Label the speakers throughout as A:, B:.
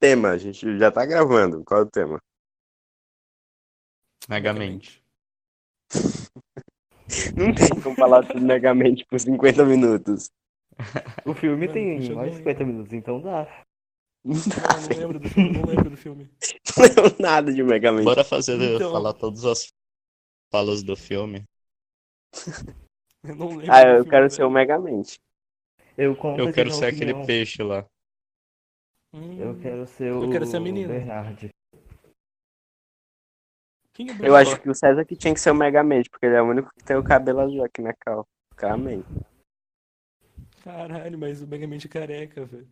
A: Tema, a gente já tá gravando. Qual é o tema?
B: Negamente.
A: Não tem como falar tudo negamente por 50 tipo, minutos.
C: O filme
D: Mano,
C: tem
D: puxa,
C: mais
D: não-
C: de 50 minutos, então dá.
D: Não, não lembro do filme, não lembro do filme.
A: Não é nada de megamente.
B: Bora fazer
D: Então.
B: falar todas as falas do filme.
D: Eu não lembro.
A: Ah,
D: do
A: eu
D: filme,
A: quero ser o
D: velho.
A: Megamente.
C: Eu conto
B: Eu
C: aqui
B: quero
C: minha
B: ser aquele
C: opinião.
B: peixe lá.
D: Hum,
C: Eu quero ser
D: Eu
C: o
D: quero ser a menina.
C: Bernard.
D: quem é
A: Eu acho que o César que tinha que ser o Megamente, porque ele é o único que tem o cabelo azul aqui na cal. Caramba.
D: Caralho, mas o Megamente é careca, velho.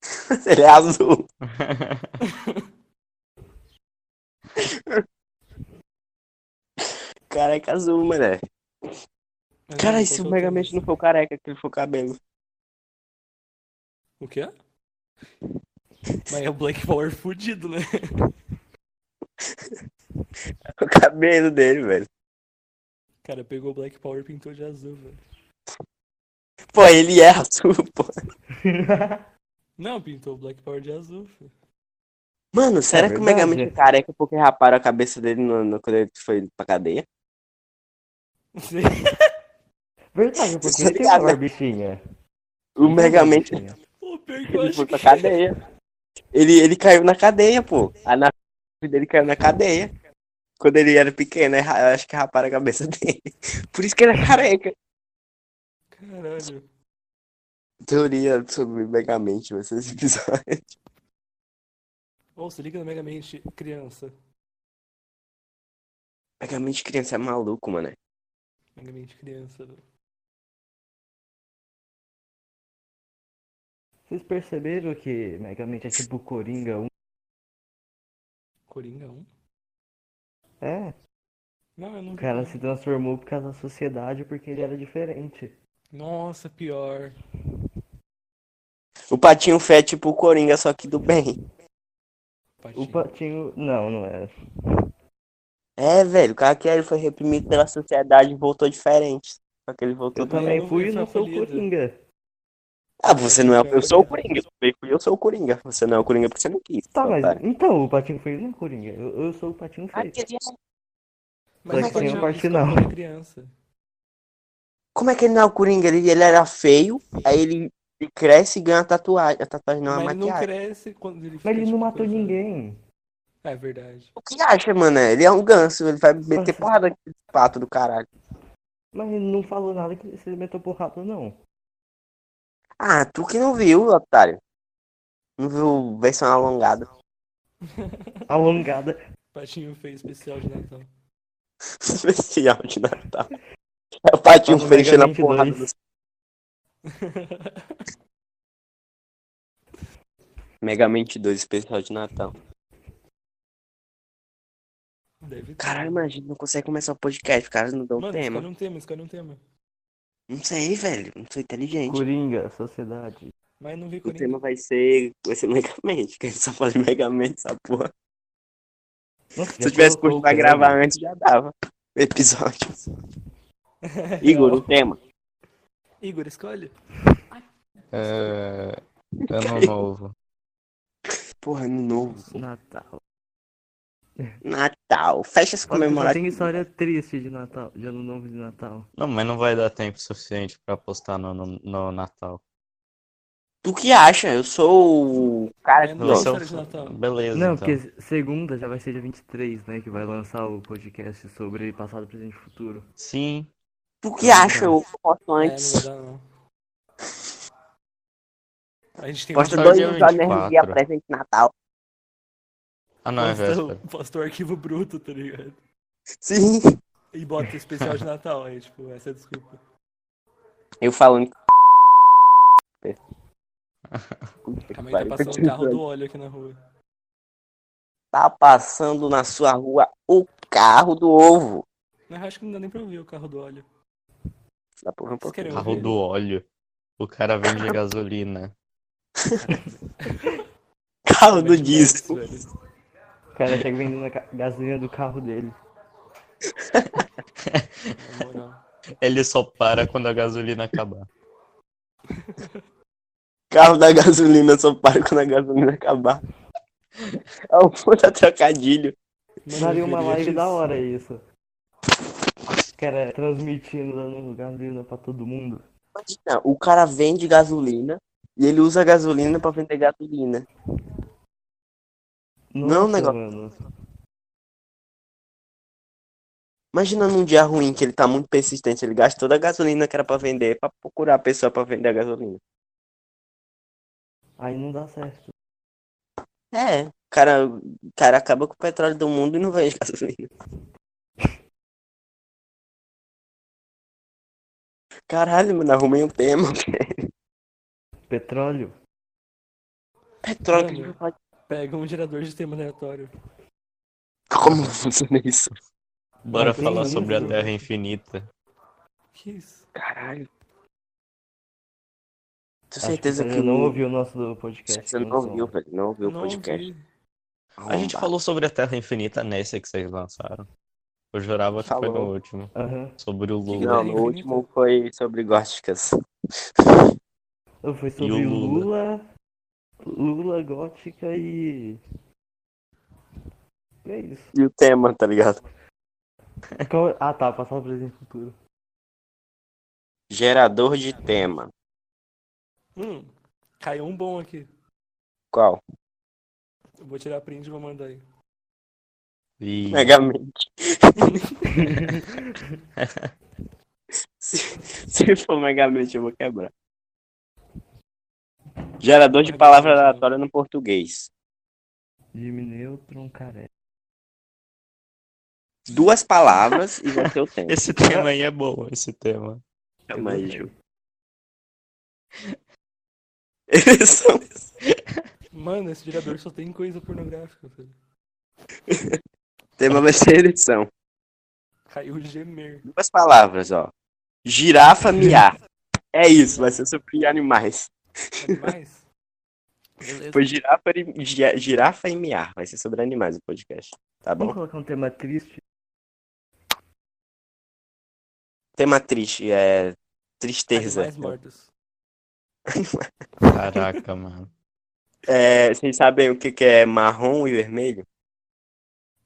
A: Ele é azul. Careca azul, mané.
D: Mas
A: Cara,
D: não,
A: e se
D: qual
A: o
D: que é tema?
A: Megamente não for careca, que ele for cabelo?
D: O quê? Mas é o Black Power fudido, né?
A: O cabelo dele, velho.
D: Cara, pegou o Black Power e pintou de azul, velho.
A: Pô, ele é azul, pô.
D: Não, pintou o Black Power de azul, filho.
A: Mano, será que o
C: verdade.
A: Megamente é careca porque raparam a cabeça dele no, no- quando ele foi pra cadeia?
D: Não sei.
C: Verdade,
A: Tá
C: porque ele tem
A: ligado,
C: uma
A: né?
C: barbichinha.
A: O Megamente
D: é Pô, pior que eu
A: ele
D: acho
A: foi
D: que...
A: pra cadeia. Ele, ele caiu na cadeia, pô. A nave dele caiu na cadeia. Quando ele era pequeno, né, ra- acho que raparam a cabeça dele. Por isso que ele é careca.
D: Caralho.
A: Teoria sobre Megamente vai ser esse episódio.
D: Ô, se liga no Megamente, criança.
A: Megamente criança é maluco, mano.
D: Megamente criança, velho.
C: Vocês perceberam que Megamente é tipo Coringa 1?
D: Coringa 1?
C: É,
D: Não, eu não
C: o
D: vi.
C: cara se transformou por causa da sociedade porque ele era diferente.
D: Nossa, pior.
A: O Patinho Fé é tipo o Coringa, só que do bem.
C: O
D: Patinho.
C: Patinho. Não, não era.
A: É, velho, o cara que ele foi reprimido pela sociedade e voltou diferente. Só que ele voltou
C: Eu
A: também.
C: também
D: não vi
C: fui e
D: essa
C: não sou o
D: colheita.
C: Coringa.
A: Ah, você não é. Eu sou o Coringa. Eu fui eu sou o Coringa. Você não é o Coringa porque você não quis.
C: Tá,
A: seu
C: mas
A: otário.
C: então o Patinho Feio não é Coringa. Eu, eu sou o Patinho Feio.
D: Mas
C: Só que tem
D: Patinho-
C: a parte
D: isso que eu
C: final.
D: falei, criança.
A: Como é que ele não é o Coringa? Ele, ele era feio, aí ele, ele cresce e ganha a tatuagem. A tatuagem não é
D: Mas
A: uma
D: ele não
A: maquiagem.
D: cresce quando ele fica,
C: Mas ele
D: tipo,
C: não matou
D: coisa-
C: ninguém.
D: É verdade.
A: O que acha, mano? Ele é um ganso, ele vai meter
C: Nossa.
A: porrada nesse pato do caralho.
C: Mas ele não falou nada que se ele meteu porrada, não.
A: Ah, tu que não viu, otário. Não viu versão alongada.
C: Alongada.
D: Patinho fez especial de Natal.
A: Especial de Natal. É o patinho
C: Tá no
A: fechando a
C: Mega
A: porrada
C: 22.
A: dos. Megamente 2, especial de Natal.
D: Deve ter.
A: Caralho, mano, a gente não consegue começar o podcast, os caras não dão
D: Mano,
A: tema.
D: escolhe um tema, escolhe um tema.
A: Não sei, velho. Não sou inteligente.
C: Coringa, sociedade.
D: Mas não vi
A: O
D: Coringa.
A: tema vai ser, vai ser Megamente, que a gente só fala de Megamente, essa porra.
C: Nossa,
A: Se
C: já né,
A: eu tivesse
C: colocou
A: curso
C: o
A: pra
C: Coringa.
A: gravar antes, já dava. Episódio. Igor, o tema.
D: Igor, escolhe.
B: É... Ano novo.
A: Porra, ano novo.
C: Natal.
A: Natal. Festas
C: Só
A: comemorativas.
C: tem história triste de Natal, de ano novo de Natal.
B: Não, mas não vai dar tempo suficiente pra postar no, no, no Natal.
A: Tu que acha? Eu sou o cara que.
D: Não,
B: Vai ser
A: Nossa,
B: um-
D: história de Natal.
B: Beleza,
C: Não,
B: então.
C: porque segunda já vai ser dia 23, né? Que vai lançar o podcast sobre passado, presente e futuro.
B: Sim.
A: tu que acha? Eu posto
D: É,
A: antes.
D: não vai dar, não. A gente tem
A: Posta
B: Posta
D: um...
B: do-
A: dois
B: dia
A: episódios na
B: 24.
A: RG presente de Natal.
B: Ah, não, é véspera.
D: Posta, posta o arquivo bruto, tá ligado?
A: Sim.
D: E bota especial de Natal aí, tipo, essa é a desculpa.
A: Eu falando.
D: A mãe tá passando o carro do óleo aqui na rua.
A: Tá passando na sua rua o carro do ovo.
D: Mas eu acho que não dá nem pra ouvir o carro do óleo.
A: Dá pra ouvir um
D: Vocês
A: pouquinho.
D: querem
B: Carro
D: ouvir?
B: do óleo. O cara vende gasolina.
A: Carro do
D: Mete
A: disco.
D: Max, velho.
C: O cara chega vendendo a ca- gasolina do carro dele.
D: Na moral.
B: Ele só para quando a gasolina acabar.
A: Carro da gasolina só para quando a gasolina acabar. É um puta trocadilho.
D: Mano,
C: Daria
D: eu
C: uma
D: veria
C: live da
D: isso.
C: hora isso. Cara, transmitindo, dando gasolina pra todo mundo.
A: Imagina, o cara vende gasolina e ele usa a gasolina pra vender gasolina. Não,
C: Nossa,
A: negócio-
C: Mano.
A: Imagina num dia ruim que ele tá muito persistente, ele gasta toda a gasolina que era pra vender pra procurar a pessoa pra vender a gasolina.
C: Aí não dá certo.
A: É, o cara, o cara acaba com o petróleo do mundo e não vende gasolina. Caralho, mano, arrumei um tema.
C: Petróleo?
A: Petróleo que a
D: Mano.
A: gente vai falar
D: Pega um gerador de tema aleatório.
A: de como funciona isso.
B: Bora
C: Não tem
B: falar
C: isso.
B: sobre a Terra Infinita.
D: Que isso?
A: Caralho. Tenho
C: Acho
A: certeza
C: que
A: que,
C: você não
A: o-
C: ouviu o nosso podcast. então.
A: Você não
C: lançou.
A: ouviu, velho. Não ouviu o
D: Não
A: podcast.
D: ouvi.
B: A gente falou sobre a Terra Infinita nessa que vocês lançaram. Eu jurava que foi
A: Falou.
B: no último.
C: Aham.
B: Sobre o Lula.
A: Não,
D: Terra
A: no último foi sobre góticas.
C: Eu Ah, Foi sobre
B: E o
C: Lula. Lula, gótica e. É isso.
A: E o tema, tá ligado?
C: Qual- Ah tá, passado, presente e futuro.
A: Gerador de tema.
D: Hum, caiu um bom aqui.
A: Qual?
D: Eu vou tirar print e vou mandar aí.
B: E
A: É, Megamente. se, se for megamente, eu vou quebrar. Gerador de palavra aleatória no português.
C: Jimmy Neutron, cara.
A: Duas palavras e vai ser o tema. é
B: esse tema aí é bom, esse tema.
A: Mas, Ju. Eles são.
D: Mano, esse gerador só tem coisa pornográfica, velho.
A: O tema vai ser ereção.
D: Caiu gemer.
A: duas palavras, ó. Girafa miar. É isso, vai ser sobre animais.
D: É demais? Beleza.
A: Foi girafa e, gi- girafa e miar. Vai ser sobre animais o podcast. Tá
C: Vamos
A: bom?
C: colocar um tema triste?
A: Tema triste é tristeza.
D: Animais mortos.
B: Caraca, mano.
A: É, vocês sabem o que, que é marrom e vermelho?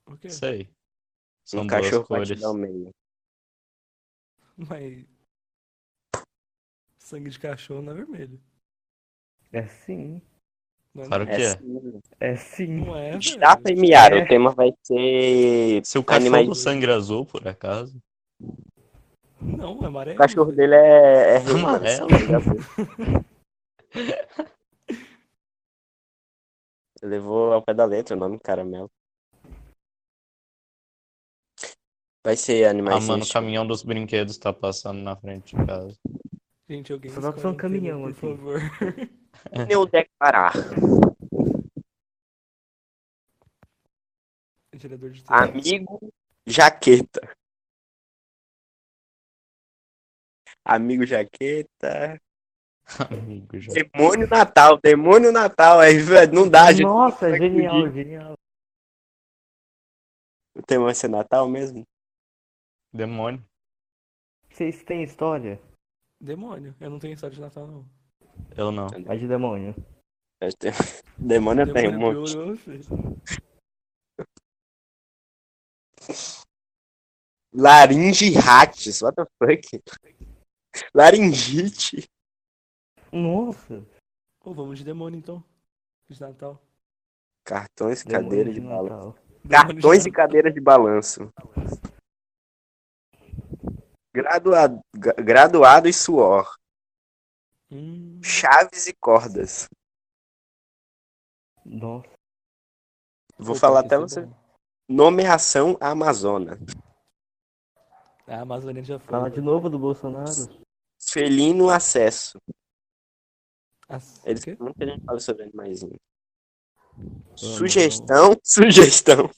D: O quê?
B: Isso aí. São
A: Um
B: duas
A: cachorro vai te
B: cores.
A: dar o meio.
D: Mas. Sangue de cachorro não é vermelho.
C: É sim.
D: Não é,
B: Claro
A: É
B: que é.
A: assim.
C: É sim.
D: não é
A: Girafa
D: velho.
A: e miar.
C: É.
A: O tema vai ser.
B: Se o cachorro
A: Animais-
B: sangra azul, por acaso.
D: Não, é amarelo.
A: O cachorro
D: velho.
A: dele é. é rei, mano,
B: Amarelo.
A: só liga a boca. Levou ao pé da letra o nome caramelo. Vai ser
B: Ah,
A: animais.
B: mano, o
A: sem
B: caminhão dos brinquedos tá passando na frente de casa.
D: Gente, alguém
C: Só dá pra ser
D: escolhe
C: um caminhão,
D: tema,
C: assim.
D: Por favor.
A: estilo. Nem onde é que parar.
D: Gerador de tema.
A: Amigo jaqueta. Amigo jaqueta.
B: Amigo, já.
A: Demônio Natal, demônio Natal. Aí, velho, não dá, Ah, gente.
C: Nossa,
A: Vai
C: genial,
A: fugir.
C: genial.
A: O tema vai ser Natal mesmo?
B: Demônio.
C: Vocês têm história?
D: Demônio. Eu não tenho história de Natal, não.
B: Eu não.
C: A de demônio.
A: Acho que tem- Demônio eu tenho um
D: Demônio é
A: monte.
D: piorou, filho.
A: Laringe rates, what the fuck? Laringite.
C: Nossa!
D: Pô, vamos de demônio então. De Natal.
A: Cartões,
C: demônio
A: cadeira de balanço.
C: Natal.
A: Cartões e
D: Demônio
A: cadeiras de balanço. Graduado, gra- graduado e suor.
D: de Natal. Hum,
A: Chaves e cordas.
C: Nossa,
A: Vou
D: puta,
A: falar
D: que
A: até
D: isso
A: você.
D: é bom.
A: Nomeação Amazona.
D: A Amazônia já foi.
C: fala de novo do Bolsonaro.
A: Felino acesso.
D: As...
A: Eles
D: quê?
A: nunca a gente fala sobre animaizinho. Ah,
C: não.
A: Sugestão, sugestão.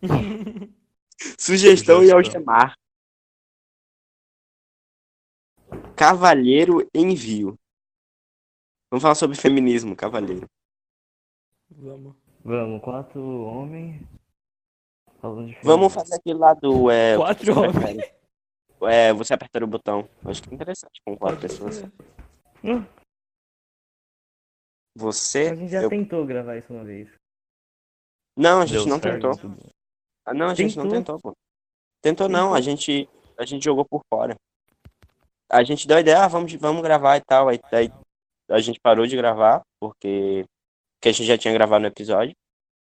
A: Sugestão e
B: Sugestão.
A: algemar. Cavalheiro envio. Vamos falar sobre feminismo, cavalheiro.
D: Vamos.
C: Vamos, quatro homens. Falando de
A: Vamos fazer aquele lá do. É,
D: Quatro
A: você
D: homens.
A: prefere. É, você apertar o botão. Acho que é interessante com quatro pessoas.
C: Hum.
A: Você.
C: A gente já
A: eu-
C: tentou gravar isso uma vez.
A: Não, a gente
B: Deu
A: não
B: certo.
A: tentou. Ah, não, a gente não
C: Tentou.
A: tentou, pô. Tentou não, a gente, a gente jogou por fora. A gente deu a ideia, ah, vamos, vamos gravar e tal. Aí, aí a gente parou de gravar, porque, porque a gente já tinha gravado no episódio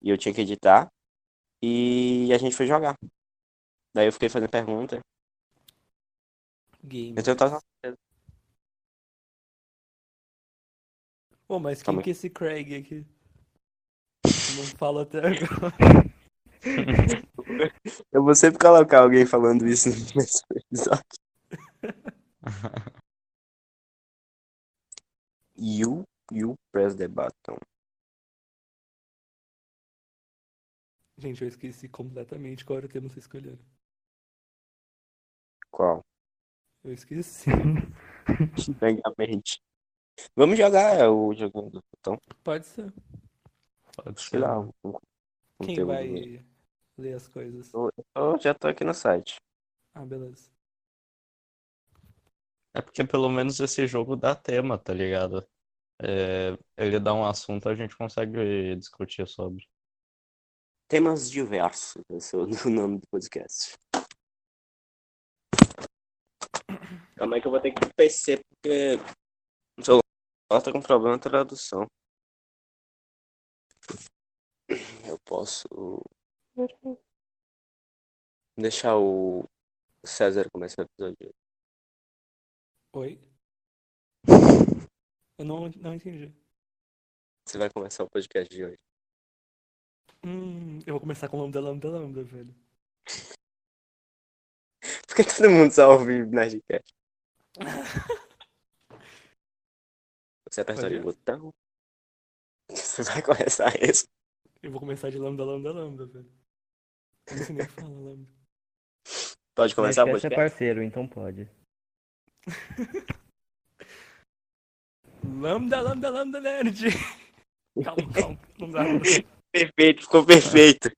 A: e eu tinha que editar. E a gente foi jogar. Daí eu fiquei fazendo pergunta.
D: Game.
A: Eu tenho total
D: Pô, mas quem
A: Calma aí.
D: que é esse Craig aqui? Não fala até agora.
A: Eu vou sempre colocar alguém falando isso no começo do episódio. you, you press the button.
D: Gente, eu esqueci completamente qual era o tema que vocês escolheram.
A: Qual?
D: Eu esqueci.
A: Antigamente. Vamos jogar é, o jogo do botão.
D: Pode ser.
B: Pode ser.
A: Sei lá. o- o
D: Quem
A: conteúdo
D: vai
A: dele.
D: ler as coisas?
A: Eu já tô aqui no site.
D: Ah, beleza.
B: É porque pelo menos esse jogo dá tema, tá ligado? É, ele dá um assunto, a gente consegue discutir sobre.
A: Temas diversos. Esse é o nome do podcast. Como é que eu vou ter que ir pro PC? Porque o celular tá com problema na tradução. Eu posso deixar o César começar o episódio.
D: Oi? Eu não, não entendi.
A: Você vai começar o podcast de hoje.
D: Hum, eu vou começar com lambda, lambda, lambda, velho.
A: Por que todo mundo só ouve Nerdcast? Você apertaria o botão? Você vai começar isso?
D: Eu vou começar de lambda, lambda, lambda, velho. Eu não sei nem o que fala lambda.
A: Pode começar o
C: Nerdcast é
A: podcast?
C: parceiro, então pode.
D: Lambda, lambda, lambda, nerd! Calma, calma. Não dá.
A: Perfeito, ficou perfeito.